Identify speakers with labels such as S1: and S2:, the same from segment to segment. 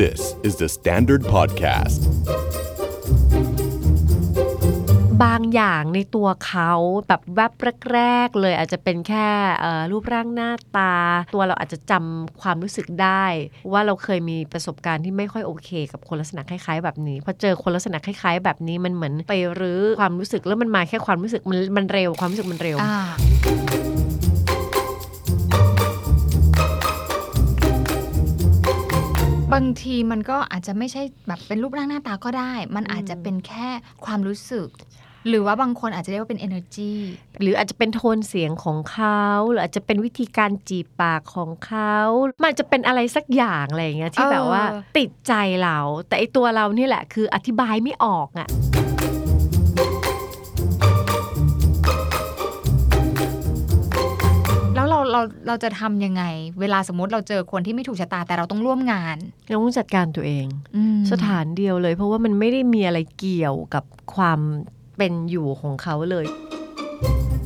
S1: This is the Standard Podcast.
S2: บางอย่างในตัวเขาแบบแวบแรกๆเลยอาจจะเป็นแค่เอ่อรูปร่างหน้าตา ตัวเราอาจจะจำความรู้สึกได้ ว่าเราเคยมีประสบการณ์ที่ไม่ค่อยโอเค กับคนลักษณะคล้ายๆ แบบนี้พอเจอคนลักษณะคล้าย ๆ แบบนี้มันเหมือนไปรื้อความรู้สึกแล้วมันมาแค่ความรู้สึกมันมันเร็วความรู้สึกมันเร็ว
S3: อ่าบางทีมันก็อาจจะไม่ใช่แบบเป็นรูปร่างหน้าตาก็ได้ มันอาจจะเป็นแค่ความรู้สึก หรือว่าบางคนอาจจะเรียกว่าเป็น energy
S2: หรืออาจจะเป็นโทนเสียงของเขาหรืออาจจะเป็นวิธีการจีบปากของเขามันอาจจะเป็นอะไรสักอย่างอะไรอย่างเงี้ยที่
S3: เออ
S2: แบบว่าติดใจเรา แต่ไอตัวเรานี่แหละคืออธิบายไม่ออกอ่ะ
S3: แล้วเราเราเราจะทำยังไง เวลาสมมติเราเจอคนที่ไม่ถูกชะตาแต่เราต้องร่วมงาน
S2: เราต้องจัดการตัวเอง
S3: อืม
S2: สถานเดียวเลย เพราะว่ามันไม่ได้มีอะไรเกี่ยวกับความเป็นอยู่ของเขาเลย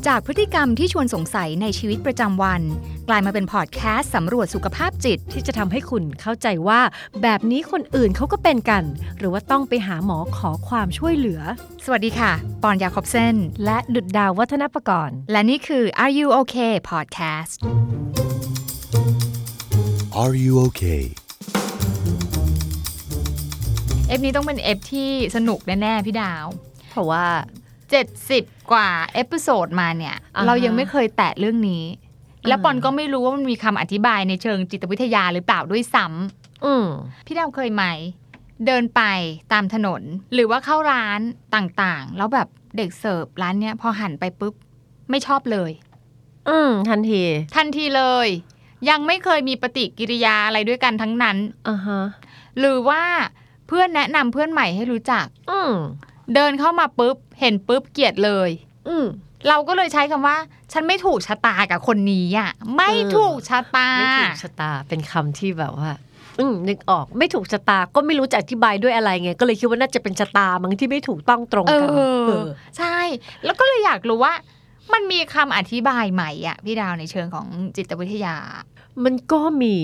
S3: จากพฤติกรรมที่ชวนสงสัยในชีวิตประจำวัน กลายมาเป็นพอดแคสต์สำรวจสุขภาพจิต
S2: ที่จะทำให้คุณเข้าใจว่า แบบนี้คนอื่นเขาก็เป็นกัน หรือว่าต้องไปหาหมอขอความช่วยเหลือ
S3: สวัสดีค่ะ ปอนยาคอบเซน
S2: และดุดดาววัฒนประกรณ์
S3: และนี่คือ Are You Okay Podcast
S1: Are you okay?
S3: เอฟนี้ต้องเป็นเอฟที่สนุกแน่ ๆ พี่ดาว
S2: เพราะว่า
S3: 70 กว่าเอพิโซดมาเนี่ย
S2: อ่าฮะ
S3: เรายังไม่เคยแตะเรื่องนี้
S2: า
S3: แล้วปอนก็ไม่รู้ว่ามันมีคำอธิบายในเชิงจิตวิทยาหรือเปล่าด้วยซ้
S2: อืม
S3: ำพี่ดาวเคยไหม เดินไปตามถนน หรือว่าเข้าร้านต่างๆ แล้วแบบเด็กเสิร์ฟร้านเนี้ยพอหันไปปุ๊บ ไม่ชอบเลย
S2: อืมทันที
S3: ทันทีเลย ยังไม่เคยมีปฏิกิริยาอะไรด้วยกันทั้งนั้น
S2: อ่าฮะ
S3: หรือว่าเพื่อนแนะนำเพื่อนใหม่ให้รู้จัก
S2: อืม
S3: เดินเข้ามาปุ๊บ เห็นปุ๊บเกลียดเลย
S2: อืม
S3: เราก็เลยใช้คำว่า ฉันไม่ถูกชะตากับคนนี้อ่ะ ไม่
S2: เออ
S3: ถูกชะตา
S2: ไม่ถูกชะตาเป็นคำที่แบบว่า อืมนึกออกไม่ถูกชะตาก็ไม่รู้จะอธิบายด้วยอะไรไงก็เลยคิดว่าน่าจะเป็นชะตามั้งที่ไม่ถูกต้องตรง
S3: เอ
S2: กัน
S3: อ
S2: เออ
S3: ใช่ แล้วก็เลยอยากรู้ว่า มันมีคำอธิบายใหม่อ่ะ พี่ดาวในเชิงของจิตวิทยา
S2: มันก็มี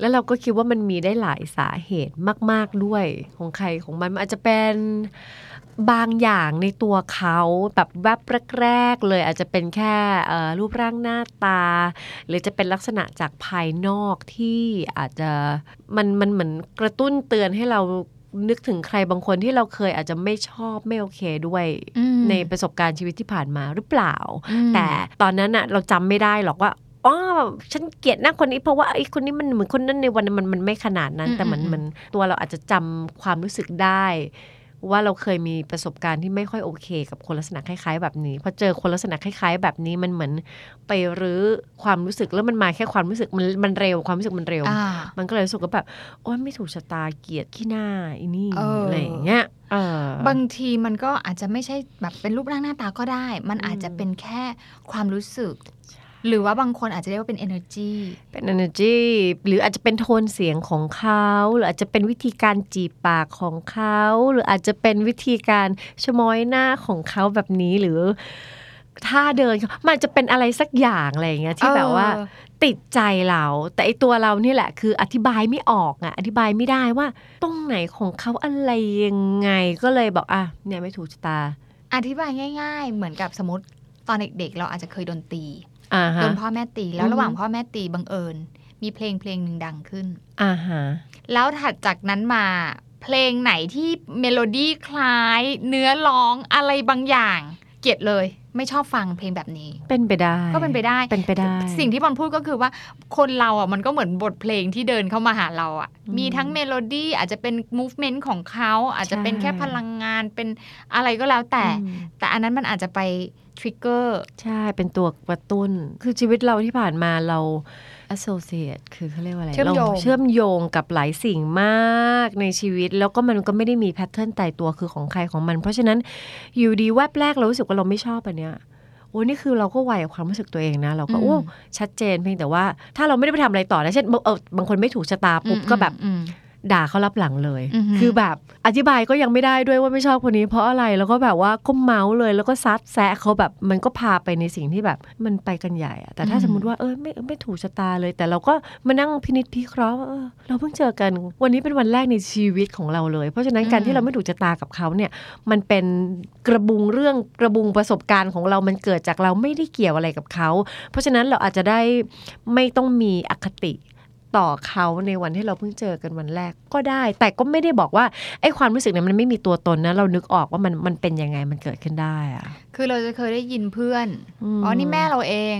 S2: แล้วเราก็คิดว่ามันมีได้หลายสาเหตุมาก ๆ ด้วยของใครของมันมันอาจจะเป็นบางอย่างในตัวเขาแบบแวบแรกๆเลย อาจจะเป็นแค่เอ่อรูปร่างหน้าตา หรือจะเป็นลักษณะจากภายนอกที่อาจจะมันมันเหมือนกระตุ้นเตือนให้เรานึกถึงใครบางคนที่เราเคยอาจจะไม่ชอบไม่โอเคด้วย
S3: อืม
S2: ในประสบการณ์ชีวิตที่ผ่านมาหรือเปล่า
S3: อืม
S2: แต่ตอนนั้นอะเราจำไม่ได้หรอกว่าอ๋อฉันเกลียดหน้าคนนี้เพราะว่าไอ้คนนี้มันเหมือนคนนั้นในวันนั้นมันมันไม่ขนาดนั้น แต่มันมันตัวเราอาจจะจำความรู้สึกได้ ว่าเราเคยมีประสบการณ์ที่ไม่ค่อยโอเค กับคนลักษณะคล้าย ๆ แบบนี้พอเจอคนลักษณะคล้าย ๆ แบบนี้มันเหมือนไปรื้อความรู้สึกแล้วมันมาแค่ความรู้สึกมันมันเร็วความรู้สึกมันเร็ว
S3: อ่า
S2: มันก็เลยรู้สึกว่าแบบโอ้ยไม่ถูกชะตาเกลียดขี้หน้าอีนี่
S3: เอออ
S2: อะไรอย่างเงี้ยเออ
S3: บางทีมันก็อาจจะไม่ใช่แบบเป็นรูปร่างหน้าตาก็ได้ มันอาจจะเป็นแค่ความรู้สึก หรือว่าบางคนอาจจะเรียกว่าเป็น energy
S2: เป็น energy หรืออาจจะเป็นโทนเสียงของเขาหรืออาจจะเป็นวิธีการจีบปากของเขาหรืออาจจะเป็นวิธีการชะมอยหน้าของเขาแบบนี้หรือท่าเดินเขามันอาจจะเป็นอะไรสักอย่างอะไรอย่างเงี้ยที่แบบว่า
S3: เออ
S2: ติดใจเรา แต่ไอตัวเรานี่แหละคืออธิบายไม่ออกอะอธิบายไม่ได้ว่าตรงไหนของเขาอะไรยังไงก็เลยบอกอ่ะเนี่ยไม่ถูกชะตา
S3: อธิบายง่าย ๆ เหมือนกับสมมติตอนเด็กๆ เราอาจจะเคยโดนตี
S2: อ่า
S3: โด
S2: ฮะ
S3: นพ่อแม่ตีแล้
S2: อื
S3: ว
S2: ม
S3: ระหว่างพ่อแม่ตีบังเอิญ มีเพลงเพลงหนึ่งดังขึ้น
S2: อ่าฮะ
S3: แล้วถัดจากนั้นมา เพลงไหนที่เมโลดี้คล้าย เนื้อร้องอะไรบางอย่าง เกลียดเลย ไม่ชอบฟังเพลงแบบนี้
S2: เป็นไปได้
S3: ก็เป็นไปได้
S2: เป็นไปได้
S3: สิ่งที่บอลพูดก็คือว่าคนเราอ่ะมันก็เหมือนบทเพลงที่เดินเข้ามาหาเราอ่ะ
S2: อืม
S3: มีทั้งเมโลดี้อาจจะเป็นมูฟเมนต์ของเขาอาจจะเป็น
S2: ใช่
S3: แค่พลังงานเป็นอะไรก็แล้วแต่
S2: อืม
S3: แต่อันนั้นมันอาจจะไปทริกเกอร์
S2: ใช่ เป็นตัวกระตุ้น คือชีวิตเราที่ผ่านมาเรา associate คือเขาเรียกว่าอะไร
S3: เชื่อมโยง
S2: ราเชื่อมโยงกับหลายสิ่งมากในชีวิต แล้วก็มันก็ไม่ได้มีแพทเทิร์นตายตัวคือของใครของมัน เพราะฉะนั้นอยู่ดีแวบแรกเรารู้สึกว่าเราไม่ชอบอันเนี้ย โอ้นี่คือเราก็ไวกับความรู้สึกตัวเองนะ เราก็
S3: อืม
S2: โอ้ชัดเจนเพียงแต่ว่าถ้าเราไม่ได้ไปทำอะไรต่อนะเช่นบางเออบางคนไม่ถูกชะตาปุ๊บก็แบบ
S3: อืม
S2: ด่าเขารับหลังเลย
S3: อือหือ
S2: คือแบบอธิบายก็ยังไม่ได้ด้วยว่าไม่ชอบคนนี้เพราะอะไรแล้วก็แบบว่าก้มเมาส์เลยแล้วก็ซัดแซะเขาแบบมันก็พาไปในสิ่งที่แบบมันไปกันใหญ่อะแต่ถ้าสมมติว่าเออไม่ไม่ถูกชะตาเลย แต่เราก็มานั่งพินิจพิเคราะห์ว่าเออเราเพิ่งเจอกันวันนี้เป็นวันแรกในชีวิตของเราเลย เพราะฉะนั้นการที่เราไม่ถูกชะตากับเขาเนี่ย มันเป็นกระบุงเรื่องกระบุงประสบการณ์ของเรา มันเกิดจากเราไม่ได้เกี่ยวอะไรกับเขา เพราะฉะนั้นเราอาจจะได้ไม่ต้องมีอคติต่อเขาในวันที่เราเพิ่งเจอกันวันแรกก็ได้ แต่ก็ไม่ได้บอกว่าไอ้ความรู้สึกเนี่ยมันไม่มีตัวตนนะ เรานึกออกว่ามันมันเป็นยังไงมันเกิดขึ้นได้อะ
S3: คือเราจะเคยได้ยินเพื่อน
S2: ม
S3: อ๋อ นี่แม่เราเอง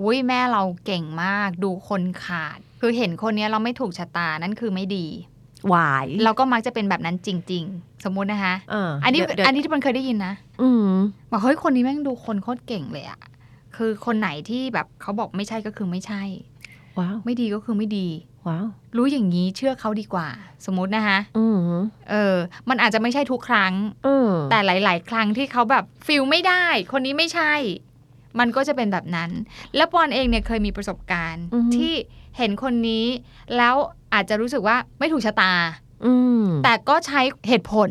S3: อุ้ยแม่เราเก่งมาก ดูคนขาด คือเห็นคนเนี้ยเราไม่ถูกชะตา นั่นคือไม่ดี
S2: หวาย
S3: เราก็มักจะเป็นแบบนั้นจริง ๆ สมมุตินะคะ
S2: า
S3: อันนี้
S2: เดี๋ยวเดี๋ยว
S3: อันนี้ที่มันเคยได้ยินนะ
S2: อืม
S3: บอกเฮ้ยคนนี้แม่งดูคนโคตรเก่งเลยอะคือคนไหนที่แบบเขาบอกไม่ใช่ก็คือไม่ใช่
S2: ว้าว
S3: ไม่ดีก็คือไม่ดี
S2: ว้าว
S3: รู้อย่างนี้เชื่อเขาดีกว่า สมมตินะคะ
S2: อืม
S3: เออ มันอาจจะไม่ใช่ทุกครั้ง
S2: อืม
S3: แต่หลาย ๆ ครั้งที่เขาแบบฟิลไม่ได้ คนนี้ไม่ใช่ มันก็จะเป็นแบบนั้น แล้วปอนเองเนี่ยเคยมีประสบการณ์ ที่เห็นคนนี้แล้วอาจจะรู้สึกว่าไม่ถูกชะตา
S2: อืม
S3: แต่ก็ใช้เหตุผล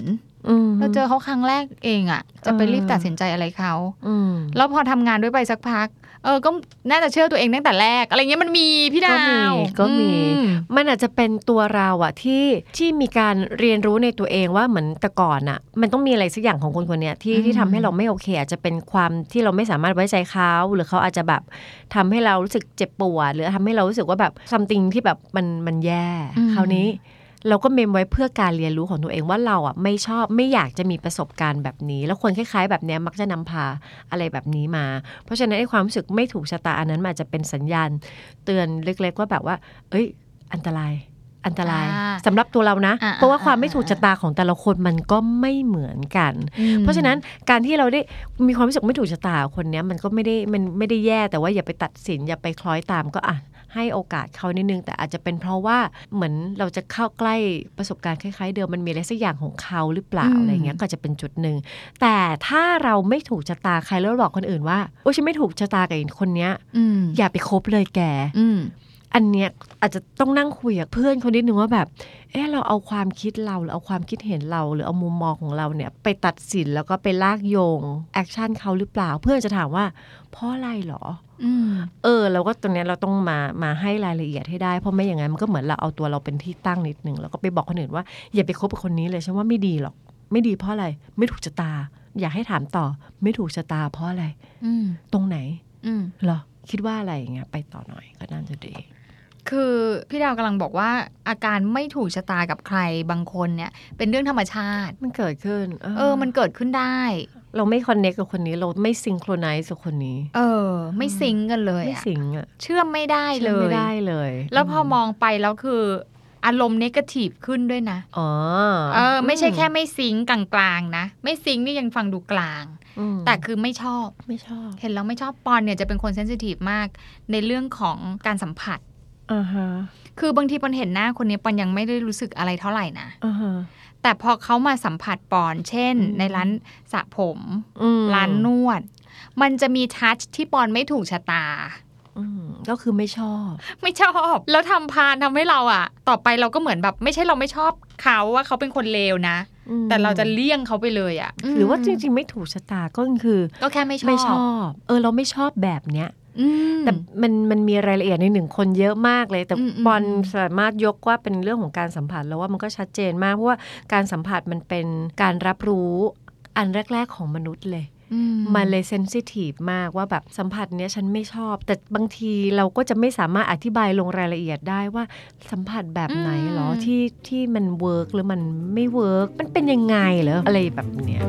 S2: อืม
S3: เราเจอเขาครั้งแรกเองอะ่ะ จะไป
S2: เออ
S3: รีบตัดสินใจอะไรเขา
S2: อืม
S3: แล้วพอทำงานด้วยไปสักพัก เออ ก็น่าจะเชื่อตัวเองตั้งแต่แรก อะไรเงี้ยมันมีพี่ดาว
S2: ก็มีก็มี
S3: อืม
S2: มันอาจจะเป็นตัวเราอะที่ที่มีการเรียนรู้ในตัวเองว่าเหมือนแต่ก่อนอะมันต้องมีอะไรสักอย่างของคนคนเนี้ยที่
S3: อืม
S2: ที่ทำให้เราไม่โอเค อาจจะเป็นความที่เราไม่สามารถไว้ใจเขาหรือเขาอาจจะแบบทำให้เรารู้สึกเจ็บปวดหรือทำให้เรารู้สึกว่าแบบ something ที่แบบมันมันแย่ คราวนี้ เราก็เมมไว้เพื่อการเรียนรู้ของตัวเองว่าเราอ่ะไม่ชอบไม่อยากจะมีประสบการณ์แบบนี้ แล้วคนคล้ายๆ แบบเนี้ยมักจะนำพาอะไรแบบนี้มา เพราะฉะนั้นไอ้ความรู้สึกไม่ถูกชะตาอันนั้นมันอาจจะเป็นสัญญาณ เตือนเล็กๆว่าแบบว่า เอ้ย อันตราย อันตราย
S3: อ่า
S2: สำหรับตัวเรานะ
S3: อ่า
S2: เพราะว่า
S3: อ่า
S2: ความไม่
S3: อ่า
S2: ถูกชะตาของแต่ละคนมันก็ไม่เหมือนกัน
S3: อืม
S2: เพราะฉะนั้นการที่เราได้มีความรู้สึกไม่ถูกชะตากับคนเนี้ยมันก็ไม่ได้มันไม่ได้แย่แต่ว่าอย่าไปตัดสินอย่าไปคล้อยตามก็อ่ะให้โอกาสเขานิดนึง แต่อาจจะเป็นเพราะว่าเหมือนเราจะเข้าใกล้ประสบการณ์คล้ายๆ เดิมมันมีอะไรสักอย่างของเขาหรือเปล่า
S3: อืม
S2: อะไรเงี้ยก็จะเป็นจุดหนึ่งแต่ถ้าเราไม่ถูกชะตาใครแล้วบอกคนอื่นว่าโอ้ยฉันไม่ถูกชะตากับคนเนี้ย
S3: อืม
S2: อย่าไปคบเลยแก
S3: อืม
S2: อันเนี้ยอาจจะต้องนั่งคุยกับเพื่อนคนนิดนึงว่าแบบ เออเราเอาความคิดเราหรือเอาความคิดเห็นเรา หรือเอามุมมองของเราเนี่ยไปตัดสินแล้วก็ไปลากโยงแอคชั่นเขาหรือเปล่า เพื่อนจะถามว่าเพราะอะไรหรอ
S3: อืม
S2: เออเราก็ตรงเนี้ยเราต้องมามาให้รายละเอียดให้ได้เพราะไม่อย่างนั้นมันก็เหมือนเราเอาตัวเราเป็นที่ตั้งนิดนึงแล้วก็ไปบอกคนอื่นว่าอย่าไปคบกับคนนี้เลยฉันว่าไม่ดีหรอก ไม่ดีเพราะอะไรไม่ถูกชะตา อยากให้ถามต่อไม่ถูกชะตาเพราะอะไร
S3: อืม
S2: ตรงไหน
S3: อืม
S2: เหรอคิดว่าอะไรอย่างเงี้ยไปต่อหน่อยก็น่าจะดี
S3: คือพี่ดาวกำลังบอกว่าอาการไม่ถูกชะตากับใครบางคนเนี่ย เป็นเรื่องธรรมชาติ
S2: มันเกิดขึ้น
S3: เออ มันเกิดขึ้นได้
S2: เราไม่คอนเน c t กับคนนี้เราไม่ซิงโครไนซ์กับคนนี้
S3: เออ ไม่ซิงก์กันเลย
S2: ไม่
S3: อะ
S2: สิงค์อ่ะ
S3: เชื่อมไม่ได้เล
S2: เชื่อย ไม่ได้เลย
S3: แล้วพอมองไปแล้วคือ อารมณ์เนกาทีฟขึ้นด้วยนะ
S2: อ๋อ
S3: เออ ไม่ใช่แค่ไม่ซิงก์กลางๆนะ ไม่ซิงก์นี่ยังฟังดูกลาง
S2: อืม
S3: แต่คือไม่ชอบ
S2: ไม่ชอบ
S3: เห็นแล้วไม่ชอบปอนเนี่ยจะเป็นคนเซนซิทีฟมากในเรื่องของการสัมผัส
S2: อ่าฮะ
S3: คือบางทีปอนเห็นหน้าคนนี้ปอนยังไม่ได้รู้สึกอะไรเท่าไหร่นะ
S2: อ่าฮะ
S3: แต่พอเขามาสัมผัสปอน เช่น
S2: อืม
S3: ในร้านสระผม
S2: อืม
S3: ร้านนวด มันจะมีทัชที่ปอนไม่ถูกชะตา
S2: อืมก็คือไม่ชอบ
S3: ไม่ชอบ แล้วทำพานทำให้เราอะต่อไปเราก็เหมือนแบบ ไม่ใช่เราไม่ชอบเขาว่าเขาเป็นคนเลวนะ
S2: อืม
S3: แต่เราจะเลี่ยงเขาไปเลยอะ
S2: หรือว่าจริง ๆ ไม่ถูกชะตาก็คือ
S3: ๆก็แค่ไม่ชอบ
S2: ไม่ชอบ เออเราไม่ชอบแบบเนี้ย
S3: อืม
S2: แต่มันมันมีรายละเอียดในหนึ่งคนเยอะมากเลย แต่
S3: อืมอืม
S2: บอลสามารถยกว่าเป็นเรื่องของการสัมผัสแล้วว่ามันก็ชัดเจนมาก เพราะว่าการสัมผัสมันเป็นการรับรู้อันแรก ๆ ของมนุษย์เลย
S3: อื
S2: มันเลยเซนซิทีฟมากว่าแบบสัมผัสเนี้ยฉันไม่ชอบ แต่บางทีเราก็จะไม่สามารถอธิบายลงรายละเอียดได้ว่าสัมผัสแบบไหนเหรอ
S3: อืม
S2: ที่ที่มันเวิร์กหรือมันไม่เวิร์กมันเป็นยังไงเหรออะไรแบบเนี้ย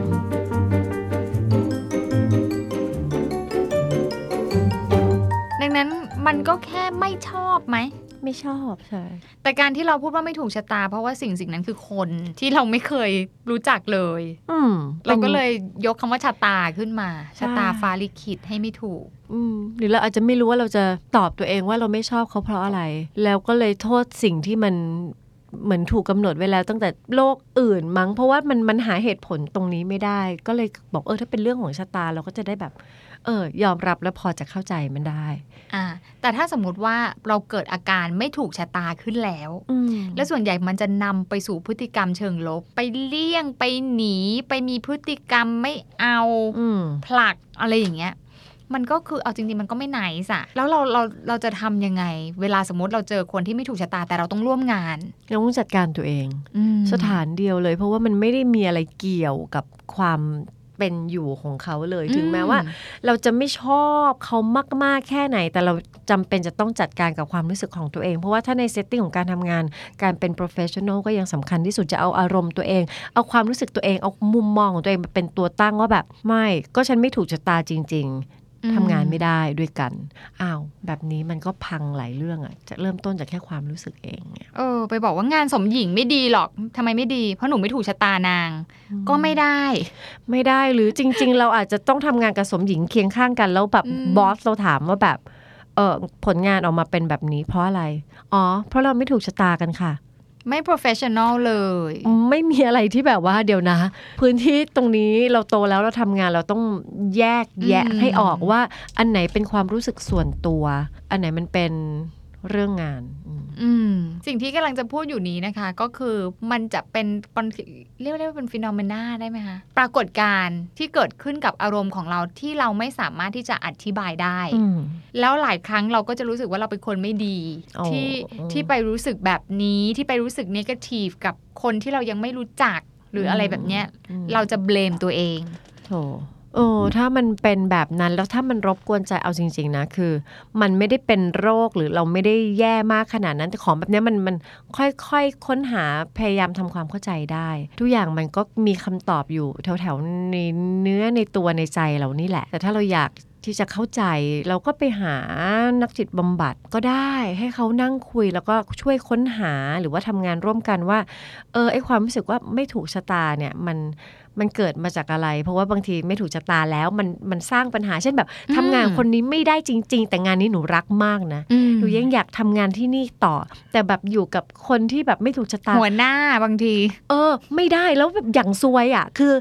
S3: ดังนั้นมันก็แค่ไม่ชอบไหม
S2: ไม่ชอบใช่
S3: แต่การที่เราพูดว่าไม่ถูกชะตา เพราะว่าสิ่งสิ่งนั้นคือคนที่เราไม่เคยรู้จักเลย
S2: อืม
S3: เราก็
S2: ป็น
S3: เลยยกคำว่าชะตาขึ้นมา
S2: ใช่
S3: ชะตาฟ้าลิขิตให้ไม่ถูก
S2: อืมหรือเราอาจจะไม่รู้ว่าเราจะตอบตัวเองว่าเราไม่ชอบเขาเพราะอะไร แล้วก็เลยโทษสิ่งที่มัน เหมือนถูกกำหนดไว้แล้วตั้งแต่โลกอื่นมั้ง เพราะว่ามันมันหาเหตุผลตรงนี้ไม่ได้ ก็เลยบอกเออถ้าเป็นเรื่องของชะตาเราก็จะได้แบบ เออยอมรับและพอจะเข้าใจมันได้
S3: อ่าแต่ถ้าสมมติว่าเราเกิดอาการไม่ถูกชะตาขึ้นแล้ว
S2: อืม
S3: และส่วนใหญ่มันจะนำไปสู่พฤติกรรมเชิงลบ ไปเลี่ยงไปหนีไปมีพฤติกรรมไม่เอา
S2: อืม
S3: ผลักอะไรอย่างเงี้ย มันก็คือเอาจริงๆ มันก็ไม่ไหนสะแล้วเราเราเราจะทำยังไง เวลาสมมติเราเจอคนที่ไม่ถูกชะตาแต่เราต้องร่วมงาน
S2: เราต้องจัดการตัวเอง
S3: อืม
S2: สถานเดียวเลย เพราะว่ามันไม่ได้มีอะไรเกี่ยวกับความเป็นอยู่ของเขาเลย ถึงแม้ว่า
S3: อื
S2: เราจะไม่ชอบเขามาก ๆ แค่ไหน แต่เราจำเป็นจะต้องจัดการกับความรู้สึกของตัวเอง เพราะว่าถ้าในเซตติ้งของการทำงาน การเป็น professional ก็ยังสำคัญที่สุดจะเอาอารมณ์ตัวเอง เอาความรู้สึกตัวเอง เอามุมมองของตัวเองมาเป็นตัวตั้งว่าแบบ ไม่ ก็ฉันไม่ถูกชะตาจริง
S3: อื
S2: ๆทำงานไม่ได้ด้วยกัน อ้าว แบบนี้มันก็พังหลายเรื่องอะจะเริ่มต้นจากแค่ความรู้สึกเองเนี่ย
S3: เออ ไปบอกว่างานสมหญิงไม่ดีหรอกทำไมไม่ดี เพราะหนูไม่ถูกชะตานาง ก็ไม่ได้
S2: ไม่ได้หรือจริง ๆ เราอาจจะต้องทำงานกับสมหญิงเคียงข้างกันแล้วแบบ
S3: อืม
S2: บอสเราถามว่าแบบเออผลงานออกมาเป็นแบบนี้ เพราะอะไร อ๋อ เพราะเราไม่ถูกชะตากันค่ะ
S3: ไม่ professional เลย
S2: ไม่มีอะไรที่แบบว่าเดี๋ยวนะ พื้นที่ตรงนี้เราโตแล้วเราทำงานเราต้องแยกแยะ
S3: อืม
S2: ให้ออกว่า อันไหนเป็นความรู้สึกส่วนตัว อันไหนมันเป็นเรื่องงานอืม
S3: อืมสิ่งที่กำลังจะพูดอยู่นี้นะคะ ก็คือมันจะเป็นปนเรียกได้ว่าเป็นฟิโนเมนาได้ไหมคะปรากฏการณ์ที่เกิดขึ้นกับอารมณ์ของเราที่เราไม่สามารถที่จะอธิบายได้
S2: อืม
S3: แล้วหลายครั้งเราก็จะรู้สึกว่าเราเป็นคนไม่ดี
S2: โอ้
S3: ที่
S2: อืม
S3: ที่ไปรู้สึกแบบนี้ที่ไปรู้สึกเนกาทีฟกับคนที่เรายังไม่รู้จักหรืออะไร
S2: อืม
S3: แบบเนี้ย
S2: อืม
S3: เราจะเบลมตัวเอง
S2: โถโอ้ถ้ามันเป็นแบบนั้นแล้วถ้ามันรบกวนใจเอาจริง ๆ นะ คือ มันไม่ได้เป็นโรคหรือเราไม่ได้แย่มากขนาดนั้นแต่ของแบบเนี้ยมันมันค่อยๆค้นหาพยายามทำความเข้าใจได้ ทุกอย่างมันก็มีคำตอบอยู่แถวๆในเนื้อในตัวในใจเรานี่แหละ แต่ถ้าเราอยากที่จะเข้าใจ เราก็ไปหานักจิตบำบัดก็ได้ ให้เขานั่งคุยแล้วก็ช่วยค้นหาหรือว่าทำงานร่วมกันว่า เออไอความรู้สึกว่าไม่ถูกชะตาเนี่ยมันมันเกิดมาจากอะไร เพราะว่าบางทีไม่ถูกชะตาแล้วมันมันสร้างปัญหาเช่นแบบ
S3: อืม
S2: ทำงานคนนี้ไม่ได้จริง ๆ แต่งานนี้หนูรักมากนะหนูยังอยากทำงานที่นี่ต่อ แต่แบบอยู่กับคนที่แบบไม่ถูกชะตา
S3: หัวหน้าบางที
S2: เออ ไม่ได้แล้วแบบอย่างซวยอ่ะ คือ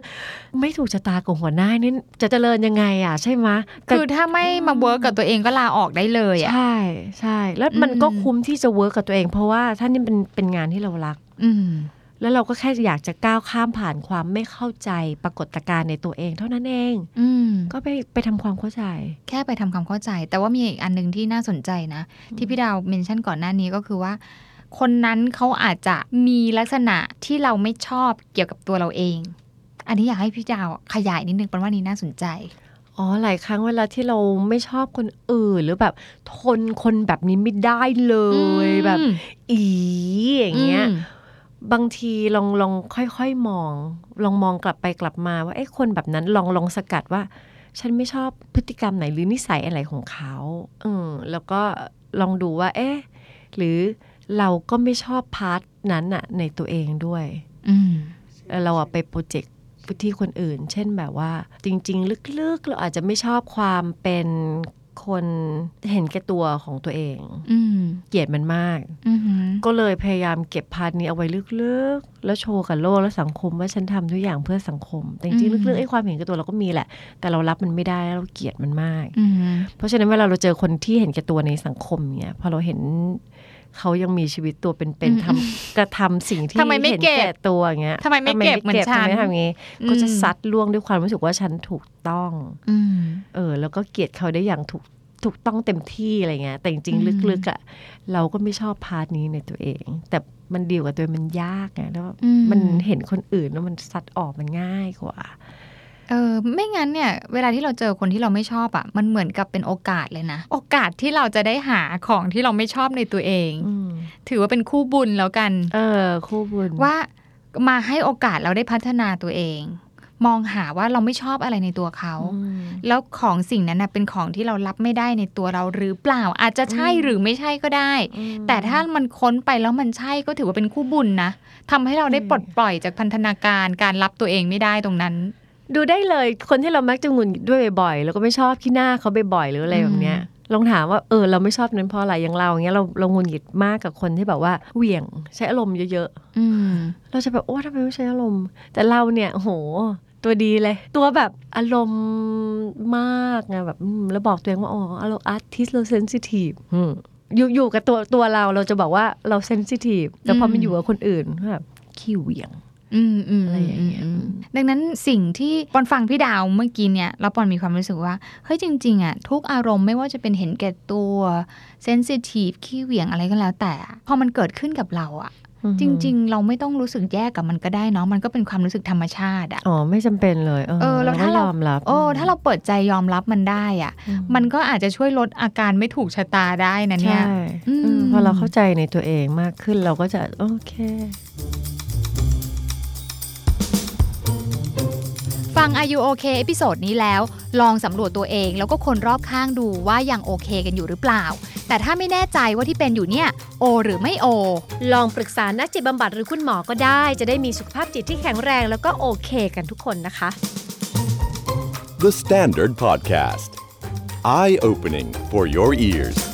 S2: ไม่ถูกชะตากับหัวหน้านี่จะเจริญยังไงอ่ะ ใช่ไหมะแต่
S3: คือถ้าไม่มาเวิร์กกับตัวเองก็ลาออกได้เลยอ่ะ
S2: ใช่ใช่แล้วมัน
S3: อืม
S2: ก็คุ้มที่จะเวิร์กกับตัวเอง เพราะว่าท่านนี่เป็นเป็นงานที่เรารัก
S3: อืม
S2: แล้วเราก็แค่อยากจะก้าวข้ามผ่านความไม่เข้าใจปรากฏการณ์ในตัวเอง เท่านั้นเอง
S3: อืม
S2: ก็ไปไปทำความเข้าใจ
S3: แค่ไปทำความเข้าใจ แต่ว่ามีอีกอันหนึ่งที่น่าสนใจนะ ที่พี่ดาวเมนชั่นก่อนหน้านี้ก็คือว่า คนนั้นเขาอาจจะมีลักษณะที่เราไม่ชอบเกี่ยวกับตัวเราเอง อันนี้อยากให้พี่ดาวขยายนิดนึงเป็นว่านี้น่าสนใจ
S2: อ๋อหลายครั้งเวลาที่เราไม่ชอบคนอื่น หรือแบบทนคนแบบนี้ไม่ได้เลยแบบ อีอย่างเงี้ย บางทีลองลองค่อยๆมอง ลองมองกลับไปกลับมาว่าเอ๊ะคนแบบนั้นลองลองสกัดว่า ฉันไม่ชอบพฤติกรรมไหนหรือนิสัยอะไรของเขาเออแล้วก็ลองดูว่า เอ๊ะหรือเราก็ไม่ชอบพาร์ทนั้นอะในตัวเองด้วย
S3: อืม
S2: เอ่อเราอะไปโปรเจกต์ที่คนอื่น เช่นแบบว่า จริง ๆ ลึกๆ เราอาจจะไม่ชอบความเป็นคนเห็นแก่ตัวของตัวเอง
S3: อืม
S2: เกลียดมันมาก
S3: อืม
S2: ก็เลยพยายามเก็บพาร์ทนี้เอาไว้ลึกๆ แล้วโชว์กับโลกและสังคมว่าฉันทำทุกอย่างเพื่อสังคม แต่จริงๆลึกๆไอ้ความเห็นแก่ตัวเราก็มีแหละ แต่เรารับมันไม่ได้แล้วเราเกลียดมันมาก
S3: อืม
S2: เพราะฉะนั้นเวลาเราเจอคนที่เห็นแก่ตัวในสังคมเนี่ยพอเราเห็นเขายังมีชีวิตตัวเป็น
S3: อืม
S2: ๆทำกระทำสิ่งที่
S3: ทำไมไม่
S2: เห็น
S3: เก็บ
S2: แก่ตัวอย่างเงี้ย
S3: ทำไมไม่เก็บเหมือนฉั
S2: ทำ
S3: น
S2: ไมทำอย่างงี้
S3: อืม
S2: ก็จะซัดล่วงด้วยความรู้สึกว่าฉันถูกต้อง
S3: อืม
S2: เออ แล้วก็เกลียดเขาได้อย่างถูกถูกต้องเต็มที่อะไรเงี้ยแต่จริง
S3: อืม
S2: ๆลึกๆอ่ะเราก็ไม่ชอบพาร์ทนี้ในตัวเอง แต่มันดีลกับตัวเองมันยากไงแล้ว
S3: อื
S2: มันเห็นคนอื่นแล้วมันซัดออกมันง่ายกว่า
S3: เออไม่งั้นเนี่ย เวลาที่เราเจอคนที่เราไม่ชอบอะ่ะ มันเหมือนกับเป็นโอกาสเลยนะ โอกาสที่เราจะได้หาของที่เราไม่ชอบในตัวเอง
S2: อืม
S3: ถือว่าเป็นคู่บุญแล้วกัน
S2: เออคู่บุญ
S3: ว่ามาให้โอกาสเราได้พัฒนาตัวเอง มองหาว่าเราไม่ชอบอะไรในตัวเขา แล้วของสิ่งนั้นนะเป็นของที่เรารับไม่ได้ในตัวเราหรือเปล่า อาจจะใช่
S2: อืม
S3: หรือไม่ใช่ก็ได้ แต่ถ้ามันค้นไปแล้วมันใช่ก็ถือว่าเป็นคู่บุญนะทำให้เราได้ปลดปล่อยจากพันธนาการการรับตัวเองไม่ได้ตรงนั้น
S2: ดูได้เลยคนที่เรามักจะหงุนงงด้วยบ่อยๆ แล้วก็ไม่ชอบขี้หน้าเขาบ่อยๆ หรืออะไรแบบเนี้ย
S3: อืม
S2: ลองถามว่าเออเราไม่ชอบนั้นเพราะอะไรอย่างเราอย่างเงี้ยเราเราหงุนหงิดมากกับคนที่แบบว่าเหวี่ยงใช้อารมณ์เยอะ
S3: อืม
S2: ๆ เราจะแบบโอ้ทำไมไม่ใช้อารมณ์ แต่เราเนี่ยโห ตัวดีเลย ตัวแบบอารมณ์มากไงแบบอืมแล้วบอกตัวเองว่าอ๋อเราอาร์ติสเราเซนซิทีฟอยู่อยู่กับตัวตัวเราเราจะบอกว่าเราเซนซิทีฟแต่พอมัน
S3: อืม
S2: อยู่กับคนอื่นก็แบบขี้เหวี่ยง
S3: อืมอืม
S2: อะไรอย่างเงี้ย
S3: มดังนั้นสิ่งที่ปอนฟังพี่ดาวเมื่อกี้เนี่ยแล้วปอนมีความรู้สึกว่าเฮ้ยจริง ๆอ่ะทุกอารมณ์ไม่ว่าจะเป็นเห็นแก่ตัวเซนซิทีฟขี้เหวี่ยงอะไรก็แล้วแต่อะพอมันเกิดขึ้นกับเราอ่ะ จริง ๆ เราไม่ต้องรู้สึกแย่กับมันก็ได้เนาะมันก็เป็นความรู้สึกธรรมชาติอ่ะ
S2: ๆอ๋อไม่จำเป็นเลยเออ
S3: เออแล้วถ้าเรา
S2: ก็ยอมรับ
S3: โอ้ถ้าเราเปิดใจยอมรับมันได้อ่ะ
S2: อื
S3: มันก็อาจจะช่วยลดอาการไม่ถูกชะตาได้นะเนี่ย
S2: ใช่
S3: อืม
S2: อืมพอเราเข้าใจในตัวเองมากขึ้นเราก็จะโอเค
S3: ฟัง Are You OK เอพิโซดนี้แล้ว ลองสำรวจตัวเองแล้วก็คนรอบข้างดูว่ายังโอเคกันอยู่หรือเปล่า แต่ถ้าไม่แน่ใจว่าที่เป็นอยู่เนี่ย โอ หรือไม่โอ
S4: ลองปรึกษานักจิตบำบัดหรือคุณหมอก็ได้ จะได้มีสุขภาพจิตที่แข็งแรงแล้วก็โอเคกันทุกคนนะคะ
S1: The Standard Podcast. Eye opening for your ears.